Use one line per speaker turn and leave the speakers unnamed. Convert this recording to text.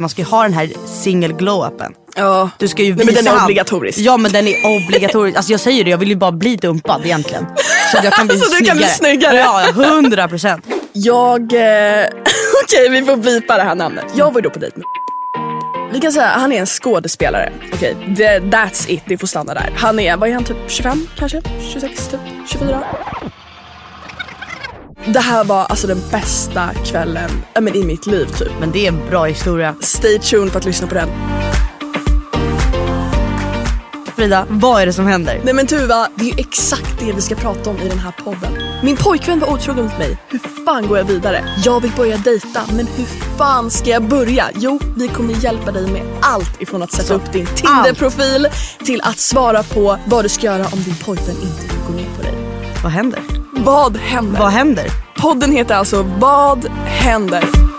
man ska ju ha den här single glow-upen.
Ja.
Du ska ju visa
Nej, men den är
han-
obligatorisk.
Ja men den är obligatorisk. Alltså jag säger det, jag vill ju bara bli dumpad egentligen. Så att jag kan bli
Så du
snyggare.
kan bli snyggare.
Ja, hundra procent.
Jag... Eh, Okej, vi får blipa det här namnet. Jag var ju då på dejt med Vi kan säga att han är en skådespelare. Okej, det- that's it. Det får stanna där. Han är, vad är han, typ 25 kanske? 26 typ? 24? Det här var alltså den bästa kvällen ja, men, i mitt liv typ.
Men det är en bra historia.
Stay tuned för att lyssna på den.
Frida, vad är det som händer?
Nej men Tuva, det är ju exakt det vi ska prata om i den här podden. Min pojkvän var otrogen mot mig. Hur fan går jag vidare? Jag vill börja dejta, men hur fan ska jag börja? Jo, vi kommer hjälpa dig med allt ifrån att sätta upp din Tinder-profil till att svara på vad du ska göra om din pojkvän inte vill gå med på dig.
Vad händer?
Vad händer?
Vad händer?
Podden heter alltså Vad händer?